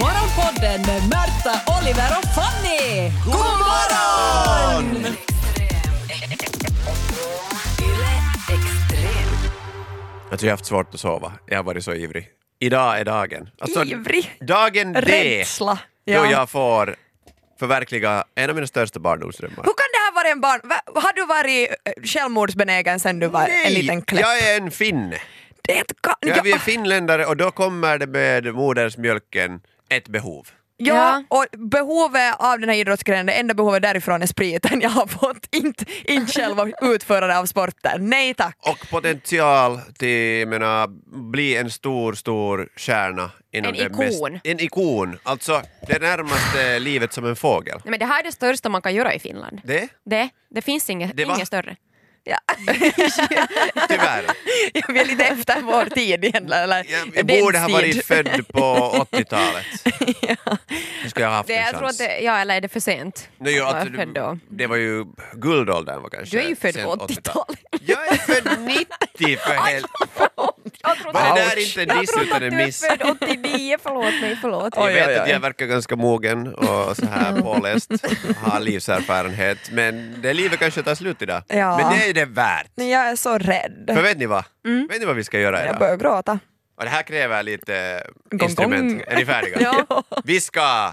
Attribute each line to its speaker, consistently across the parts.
Speaker 1: Morgonpodden med Märta, Oliver och Fanny! God morgon!
Speaker 2: Alltså jag har haft svårt att sova. Jag har varit så ivrig. Idag är dagen. Alltså,
Speaker 3: Ivrig.
Speaker 2: Dagen D.
Speaker 3: Rädsla.
Speaker 2: Då
Speaker 3: Ja.
Speaker 2: jag får förverkliga en av mina största barndomsdrömmar.
Speaker 3: Hur kan det här vara en barn... Va, har du varit eh, självmordsbenägen sen du var en liten kläpp?
Speaker 2: jag är en finne.
Speaker 3: Det kan...
Speaker 2: Jag, vi är
Speaker 3: ja,
Speaker 2: finländare och då kommer det med modersmjölken ett behov.
Speaker 3: ja, och behovet av den här idrottsgrenen, det enda behovet därifrån är spriten jag har fått. Inte, inte själva utförare av sporten. Nej tack.
Speaker 2: Och potential till, jag menar, bli en stor, stor stjärna. inom
Speaker 4: En
Speaker 2: det
Speaker 4: ikon.
Speaker 2: mest- En ikon. Alltså, det närmaste livet som en fågel.
Speaker 4: Nej, men det här är det största man kan göra i Finland.
Speaker 2: Det,
Speaker 4: Det, det finns inget,
Speaker 2: Det var-
Speaker 4: inget större.
Speaker 3: Ja.
Speaker 2: tyvärr.
Speaker 3: vi är lite efter vår tid egentligen. Eller,
Speaker 2: Jag, jag
Speaker 3: din
Speaker 2: borde ha varit
Speaker 3: tid.
Speaker 2: född på 80-talet. Nu skulle jag ha haft
Speaker 4: Det,
Speaker 2: en
Speaker 4: jag tror att
Speaker 2: chans.
Speaker 4: det, ja, eller är det för sent?
Speaker 2: alltså Nej,
Speaker 4: Att
Speaker 2: jag,
Speaker 4: vara
Speaker 2: att,
Speaker 4: född då?
Speaker 2: det var ju guldåldern var kanske.
Speaker 4: Du är ju född
Speaker 2: sent
Speaker 4: på 80-talet.
Speaker 2: Jag är född 90 för helvete.
Speaker 4: Jag trodde,
Speaker 2: Var det där inte en diss utan
Speaker 4: att
Speaker 2: en
Speaker 4: du är
Speaker 2: miss?
Speaker 4: född 89, förlåt mig, förlåt.
Speaker 2: Jag
Speaker 3: Oj,
Speaker 2: vet
Speaker 3: oj,
Speaker 2: att
Speaker 3: oj.
Speaker 2: jag verkar ganska mogen och så
Speaker 4: Mm.
Speaker 2: här påläst, har livserfarenhet, men det livet kanske tar slut idag.
Speaker 3: Ja.
Speaker 2: Men det är det värt.
Speaker 3: Nej, Jag är så rädd.
Speaker 2: För vet ni vad?
Speaker 4: Mm.
Speaker 2: Vet ni vad vi ska göra
Speaker 3: Jag
Speaker 2: idag?
Speaker 3: börjar gråta.
Speaker 2: Och det här kräver lite
Speaker 3: Gong,
Speaker 2: instrument.
Speaker 3: gong.
Speaker 2: Är ni färdiga?
Speaker 3: Ja.
Speaker 2: Vi ska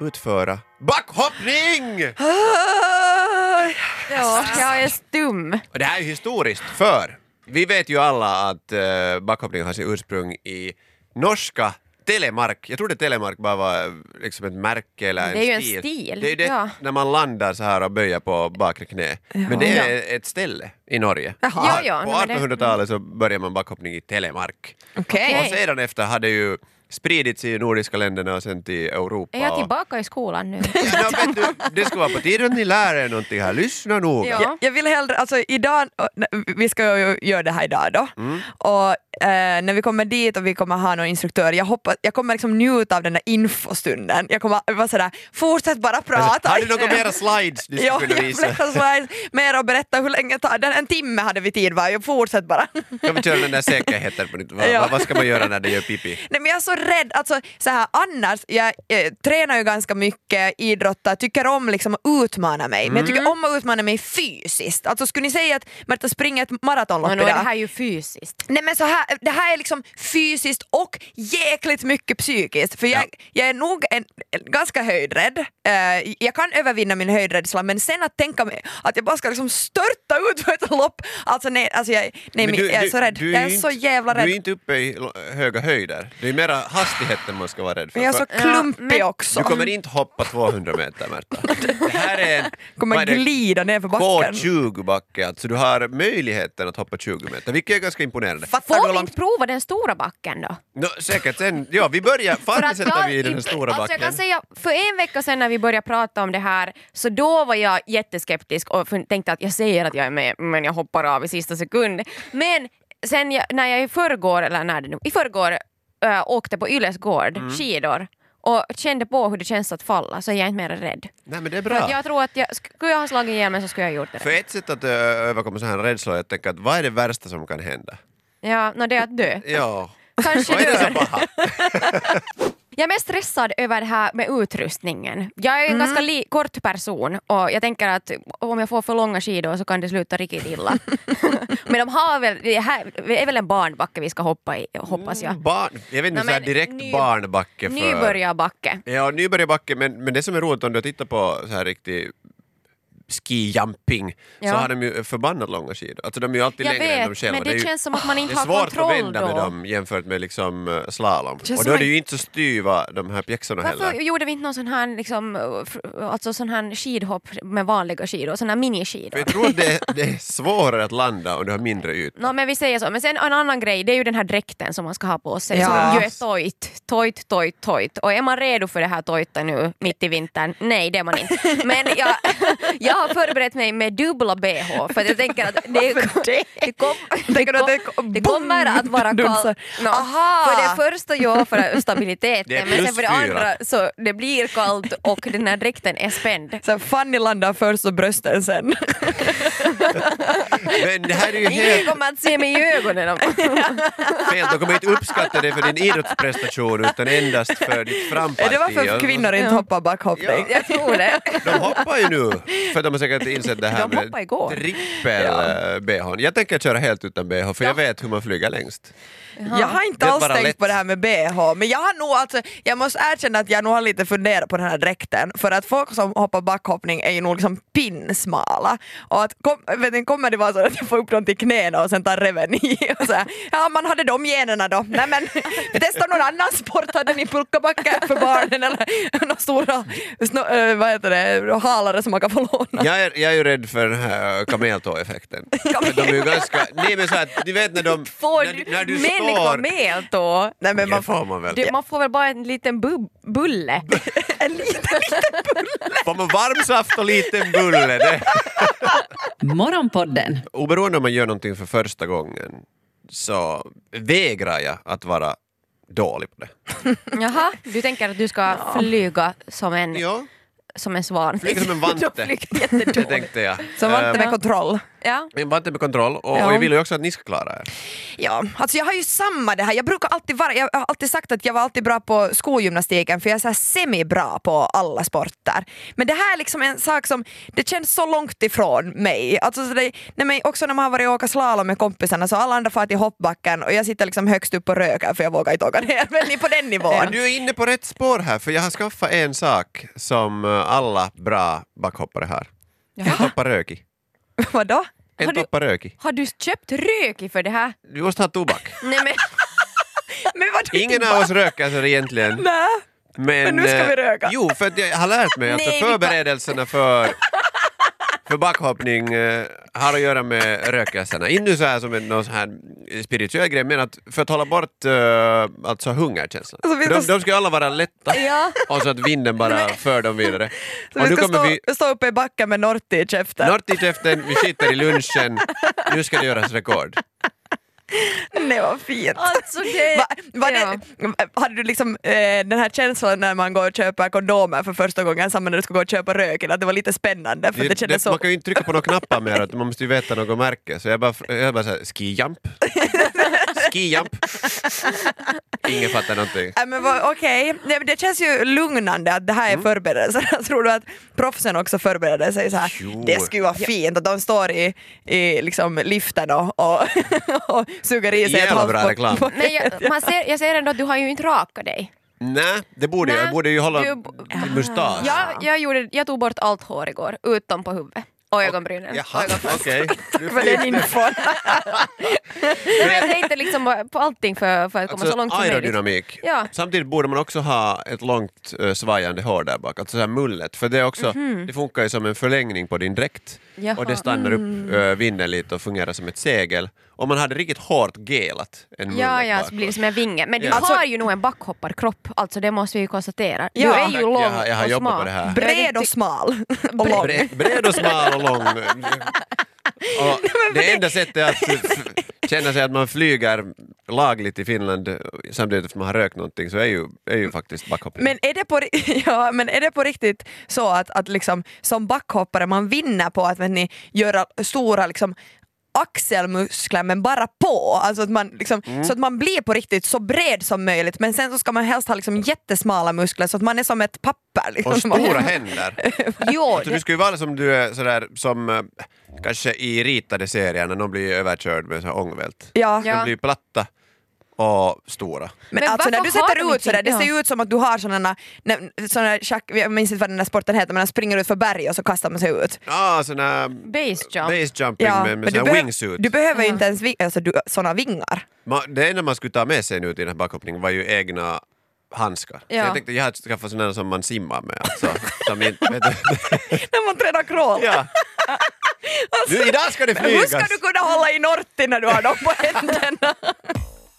Speaker 2: utföra backhoppning!
Speaker 4: Ja, jag är stum.
Speaker 2: Och det här är historiskt, för vi vet ju alla att eh, backhoppning har sitt ursprung i norska Telemark. Jag trodde Telemark bara var eh, liksom ett märke eller
Speaker 4: Det är ju en
Speaker 2: stil.
Speaker 4: stil,
Speaker 2: Det är ju det
Speaker 4: ja.
Speaker 2: när man landar så här och böjer på bakre knä. Men det är ett ställe i Norge.
Speaker 4: Ja, ja,
Speaker 2: på
Speaker 4: nej, men det-
Speaker 2: 1800-talet så började man backhoppning i Telemark.
Speaker 3: Okej.
Speaker 2: Och sedan efter har det ju spridits i nordiska länderna och sen till Europa.
Speaker 4: Är jag
Speaker 2: och-
Speaker 4: tillbaka i skolan nu?
Speaker 2: Ja, vet du, det skulle vara på tiden att ni lär er någonting här. Lyssna noga.
Speaker 4: Ja.
Speaker 3: Jag, jag vill hellre, alltså idag, vi ska ju göra det här idag då,
Speaker 2: Mm.
Speaker 3: och eh, när vi kommer dit och vi kommer ha någon instruktör, jag, hoppas, jag kommer liksom njuta av den där infostunden. Jag kommer vara sådär, fortsätt bara prata.
Speaker 2: Alltså, Har du några mera slides du skulle
Speaker 3: Ja,
Speaker 2: kunna
Speaker 3: jag
Speaker 2: visa?
Speaker 3: berättar så här, mer och berätta hur länge tar den? En timme hade vi tid va? Jag fortsätt bara.
Speaker 2: Kan vi köra den där säkerheten på nytt? Vad,
Speaker 3: Ja.
Speaker 2: vad- vad ska man göra när det gör pipi?
Speaker 3: Nej men jag är så rädd, alltså så här, annars, jag eh, tränar ju ganska mycket, idrottar, tycker om liksom att utmana mig, men jag
Speaker 2: Mm.
Speaker 3: tycker om att utmana mig fysiskt. Alltså skulle ni säga att Märta springer ett maratonlopp
Speaker 4: Men nu är
Speaker 3: idag?
Speaker 4: det här ju fysiskt.
Speaker 3: Nej men så här, det här är liksom fysiskt och jäkligt mycket psykiskt för jag, jag är nog en, en, ganska höjdrädd. Eh, jag kan övervinna min höjdrädsla men sen att tänka mig att jag bara ska liksom störta ut för ett lopp, alltså nej, alltså jag, nej men
Speaker 2: Men du-
Speaker 3: jag är
Speaker 2: du-
Speaker 3: så rädd.
Speaker 2: du
Speaker 3: Jag är
Speaker 2: ju
Speaker 3: så
Speaker 2: inte-
Speaker 3: jävla
Speaker 2: Du är
Speaker 3: rädd.
Speaker 2: inte uppe i lo- höga höjder. Det är mera hastigheten man ska vara rädd för.
Speaker 3: Men jag är så
Speaker 2: För
Speaker 3: klumpig
Speaker 4: men-
Speaker 3: också.
Speaker 2: Du kommer inte hoppa 200 meter Märta. Det här är en vad
Speaker 3: kommer
Speaker 2: är det?
Speaker 3: glida ner för backen.
Speaker 2: K20-backe, alltså du har möjligheten att hoppa 20 meter, vilket är ganska imponerande.
Speaker 3: Fattar du hur
Speaker 4: Får vi
Speaker 3: långt
Speaker 4: inte prova den stora backen då?
Speaker 2: Nå, säkert sen, ja vi börjar, Fanny sätter vi i den här
Speaker 4: inte-
Speaker 2: stora
Speaker 4: alltså
Speaker 2: backen.
Speaker 4: jag kan säga, för en vecka sedan när vi började prata om det här, så då var jag jätteskeptisk och fun- tänkte att jag säger att jag är med, men jag hoppar av i sista sekund. Men sen jag, när jag i förrgår, eller när det nu, i förrgår äh, åkte på Yles gård,
Speaker 2: Mm.
Speaker 4: skidor, och kände på hur det känns att falla, så är jag inte mer rädd.
Speaker 2: Nej men det är
Speaker 4: För
Speaker 2: bra.
Speaker 4: att jag tror att jag, skulle jag ha slagit ihjäl mig så skulle jag ha gjort det.
Speaker 2: För ett sätt att ö, överkomma sådana här rädslor är att tänka att vad är det värsta som kan hända?
Speaker 4: Ja, no, det är att dö.
Speaker 2: Ja,
Speaker 4: Kanske
Speaker 2: vad är det
Speaker 4: dör.
Speaker 2: som paha?
Speaker 4: Jag är mest stressad över det här med utrustningen. Jag är en ganska li- kort person och jag tänker att om jag får för långa skidor så kan det sluta riktigt illa. Men de har väl, det, här, det är väl en barnbacke vi ska hoppa i, hoppas jag.
Speaker 2: Barn, jag vet inte,
Speaker 4: Nej,
Speaker 2: så här
Speaker 4: men
Speaker 2: direkt
Speaker 4: ny-
Speaker 2: barnbacke för...
Speaker 4: Nybörjarbacke.
Speaker 2: Ja, nybörjarbacke, men, men det som är roligt om du tittar på så här riktig skijumping
Speaker 4: Ja.
Speaker 2: så har de ju förbannat långa skidor. Alltså de är ju alltid
Speaker 4: Jag
Speaker 2: längre än de
Speaker 4: vet,
Speaker 2: själva.
Speaker 4: men
Speaker 2: är
Speaker 4: det
Speaker 2: ju,
Speaker 4: känns som att man
Speaker 2: det
Speaker 4: inte
Speaker 2: är
Speaker 4: har
Speaker 2: svårt att
Speaker 4: kontroll
Speaker 2: vända med
Speaker 4: då.
Speaker 2: dem jämfört med liksom eh, slalom.
Speaker 3: Känns
Speaker 2: Och då
Speaker 3: som
Speaker 2: är
Speaker 3: man-
Speaker 2: det ju inte så styva de här pjäxorna
Speaker 4: Varför
Speaker 2: heller.
Speaker 4: gjorde vi inte någon sån här, liksom, fr- alltså sån här skidhopp med vanliga skidor, såna här
Speaker 2: För
Speaker 4: miniskidor?
Speaker 2: jag tror att det, det är svårare att landa om du har mindre yta.
Speaker 4: No, men vi säger så. Men sen en annan grej, det är ju den här dräkten som man ska ha på sig
Speaker 3: Ja.
Speaker 4: som ju är tojt, tojt, tojt, tojt. Och är man redo för det här tojta nu mitt i vintern? Nej, det är man inte. Men jag, jag har förberett mig med dubbla bh för att jag tänker att det, det? kom,
Speaker 3: Tänker du att det
Speaker 4: det,
Speaker 3: kom-
Speaker 4: kom, det kommer att vara
Speaker 3: Dumsar.
Speaker 4: kallt. No.
Speaker 3: Aha.
Speaker 4: För det första ja, för
Speaker 2: Det är
Speaker 4: stabiliteten men sen
Speaker 2: plus
Speaker 4: för det
Speaker 2: fyra.
Speaker 4: andra så det blir kallt och den här dräkten är spänd.
Speaker 3: Så här, Fanny landar först och brösten sen.
Speaker 2: Men det här är ju
Speaker 4: Ingen
Speaker 2: helt
Speaker 4: kommer att se mig i ögonen. Om.
Speaker 2: fel. De kommer inte uppskatta dig för din idrottsprestation utan endast för ditt framparti.
Speaker 3: Är det varför
Speaker 2: Och-
Speaker 3: kvinnor inte hoppar backhoppning?
Speaker 2: Ja.
Speaker 4: Jag tror det.
Speaker 2: De hoppar ju nu, för de har säkert insett det här
Speaker 3: De hoppar
Speaker 2: med
Speaker 3: igår.
Speaker 2: trippel-bh. Jag tänker köra helt utan bh, för jag vet hur man flyger längst.
Speaker 3: Jag har inte
Speaker 2: Det är
Speaker 3: alls
Speaker 2: bara
Speaker 3: tänkt
Speaker 2: lätt.
Speaker 3: på det här med bh, men jag har nog alltså, jag måste erkänna att jag nog har lite funderat på den här dräkten, för att folk som hoppar backhoppning är ju nog liksom pinnsmala. Och att, kom, vet ni, kommer det vara så att jag får upp dem till knäna och sen tar reven i? Och så här, ja, man hade de generna då. Nej men, testa någon annan sport, hade ni pulkabacke för barnen eller några stora snö, eh, vad heter det, halare som man kan få låna?
Speaker 2: Jag är, jag är ju rädd för den här kameltå-effekten. För de är ju ganska... Nej men så att, ni vet när de...
Speaker 4: Får
Speaker 2: när,
Speaker 4: du,
Speaker 2: när du
Speaker 4: män
Speaker 3: liksom
Speaker 2: står...
Speaker 4: med då?
Speaker 3: Nej, men
Speaker 2: Det
Speaker 3: man
Speaker 2: får
Speaker 3: får,
Speaker 2: man väl?
Speaker 4: Du, man får väl bara en liten bub- bulle?
Speaker 3: en liten
Speaker 2: Får man varmsaft och liten bulle? Det.
Speaker 1: Morgonpodden
Speaker 2: Oberoende om man gör någonting för första gången så vägrar jag att vara dålig på det.
Speaker 4: Jaha, du tänker att du ska flyga som en,
Speaker 2: Ja,
Speaker 4: som en svan?
Speaker 2: flyger som en
Speaker 4: Du
Speaker 2: vante.
Speaker 4: flyger jättedåligt.
Speaker 2: Det tänkte jag.
Speaker 3: som var inte
Speaker 2: Ehm,
Speaker 3: med kontroll.
Speaker 4: Ja.
Speaker 2: en vante med kontroll och,
Speaker 3: Ja.
Speaker 2: och jag vill ju också att ni ska klara er.
Speaker 3: Ja, alltså jag har ju samma det här. Jag brukar alltid vara, jag har alltid sagt att jag var alltid bra på skolgymnastiken för jag är så här semi-bra på alla sporter. Men det här är liksom en sak som, det känns så långt ifrån mig. Alltså så det, nej men också när man har varit och åka slalom med kompisarna så alla andra far till hoppbacken och jag sitter liksom högst upp och röker för jag vågar inte åka ner. Men ni är på den
Speaker 2: Men
Speaker 3: nivån.
Speaker 2: du är inne på rätt spår här, för jag har skaffat en sak som eh, alla bra backhoppare har. En toppa rök i.
Speaker 3: Vadå?
Speaker 2: En
Speaker 4: Har du-
Speaker 2: toppa rök i.
Speaker 4: Har du köpt rök för det här?
Speaker 2: Du måste ha tobak.
Speaker 4: Nej men
Speaker 3: Men vadå
Speaker 2: Ingen av oss röker så egentligen.
Speaker 3: Nej.
Speaker 2: Men,
Speaker 3: Men nu ska vi
Speaker 2: eh,
Speaker 3: röka.
Speaker 2: Jo, för att jag har lärt mig att
Speaker 4: Nej, vi kan-
Speaker 2: förberedelserna för, för backhoppning eh, har att göra med rökelserna. Inte så här som en någon sån här spirituell grej, men att, för att hålla bort eh, alltså hungerkänslan.
Speaker 3: Alltså, vi
Speaker 2: de,
Speaker 3: ska-
Speaker 2: de ska ju alla vara lätta,
Speaker 4: Ja.
Speaker 2: och så att vinden bara för dem vidare.
Speaker 3: Så
Speaker 2: och
Speaker 3: vi
Speaker 2: nu
Speaker 3: ska
Speaker 2: kommer
Speaker 3: stå,
Speaker 2: vi
Speaker 3: stå uppe i backen med Norti i käften.
Speaker 2: Snart i käften, vi skiter i lunchen, nu ska det göras rekord.
Speaker 3: Nej vad fint.
Speaker 4: alltså det...
Speaker 3: Va, var
Speaker 4: ja.
Speaker 3: det, hade du liksom eh, den här känslan när man går och köper kondomer för första gången samma när du ska gå och köpa röken, att det var lite spännande för
Speaker 2: Det,
Speaker 3: att det
Speaker 2: det,
Speaker 3: kändes så...
Speaker 2: Man kan ju inte trycka på några knappar mer, utan man måste ju veta något märke. Så jag bara, jag bara såhär, skijump. Skijump. Ingen fattar någonting.
Speaker 3: Äh, men vad, okej, Nej, men det känns ju lugnande att det här är
Speaker 2: Mm.
Speaker 3: förberedelser. Tror du att proffsen också förbereder sig så här?
Speaker 2: Jo.
Speaker 3: Det skulle vara fint att de står i, i liksom liften och, och, och suger i sig
Speaker 2: Jävla bra
Speaker 3: på-
Speaker 2: reklam.
Speaker 3: på-
Speaker 4: Men jag, man ser, jag ser ändå att du har ju inte rakat dig.
Speaker 2: Nej, det borde jag.
Speaker 4: Nej,
Speaker 2: Jag borde ju hålla
Speaker 4: du-
Speaker 2: till mustasch.
Speaker 4: Jag, jag, gjorde, jag tog bort allt hår igår, utom på huvudet och ögonbrynen.
Speaker 2: Jaha, okej. Du
Speaker 3: för den infon.
Speaker 4: Nej, men jag tänkte liksom på allting för, för att komma så långt som möjligt.
Speaker 2: Alltså, aerodynamik.
Speaker 4: Ja.
Speaker 2: Samtidigt borde man också ha ett långt eh, svajande hår där bak, alltså så här mullet. För det, är också, det funkar ju som en förlängning på din dräkt.
Speaker 4: Mhm. Jaha. Mm.
Speaker 2: Och det stannar upp eh, vinden lite och fungerar som ett segel. Om man hade riktigt hårt gelat en mullet
Speaker 4: Ja, ja,
Speaker 2: bakåt.
Speaker 4: så blir det som en vinge. Men du
Speaker 2: Ja.
Speaker 3: Alltså-
Speaker 4: har ju nog en backhopparkropp, alltså det måste vi ju konstatera. Du
Speaker 3: Ja.
Speaker 4: är ju
Speaker 2: Tack,
Speaker 4: lång
Speaker 2: jag har- jag har
Speaker 4: och
Speaker 2: jobbat
Speaker 4: smal.
Speaker 2: på det här.
Speaker 3: Bred och smal och lång.
Speaker 2: Bre- bred och smal och lång. Och det enda sättet är att f- känna sig att man flyger lagligt i Finland eh, samtidigt som man har rökt någonting så är ju, är ju faktiskt backhoppning.
Speaker 3: Men är, det på, ri- ja, men är det på riktigt så att, att liksom, som backhoppare man vinner på att vet ni, göra stora liksom, axelmuskler men bara på, alltså att man, liksom,
Speaker 2: Mm.
Speaker 3: så att man blir på riktigt så bred som möjligt men sen så ska man helst ha liksom, jättesmala muskler så att man är som ett papper. Liksom,
Speaker 2: och
Speaker 3: som man-
Speaker 2: stora händer.
Speaker 4: Jo,
Speaker 2: Så du skulle ju vara som du är sådär som eh, kanske i ritade serier när någon blir överkörd med så här ångvält.
Speaker 3: Ja.
Speaker 4: Ja.
Speaker 2: De blir platta och stora.
Speaker 3: Men,
Speaker 4: Men
Speaker 3: alltså när du
Speaker 4: varför har de
Speaker 3: sätter ut
Speaker 4: inte-
Speaker 3: sådär, det
Speaker 4: ja.
Speaker 3: ser ju ut som att du har sådana, sådana schack, jag minns inte vad den där sporten heter, men man springer ut för berg och så kastar man sig ut.
Speaker 2: Ja, såna
Speaker 4: base jump.
Speaker 2: base jumping med, med
Speaker 3: du,
Speaker 2: sån här
Speaker 3: behö-
Speaker 2: wingsuit.
Speaker 3: du behöver ju
Speaker 4: Ja.
Speaker 3: inte ens vi- alltså, du, såna vingar.
Speaker 2: Ma- Det enda man skulle ta med sig nu till den här backhoppningen var ju egna handskar. Så
Speaker 4: Ja.
Speaker 2: jag tänkte jag hade skaffat sådana som man simmar med. Alltså, som inte, vet du.
Speaker 3: när man tränar crawl.
Speaker 2: ja. Nu, idag ska det
Speaker 3: Men hur
Speaker 2: flygas!
Speaker 3: ska du kunna hålla i Norti när du har dem på händerna?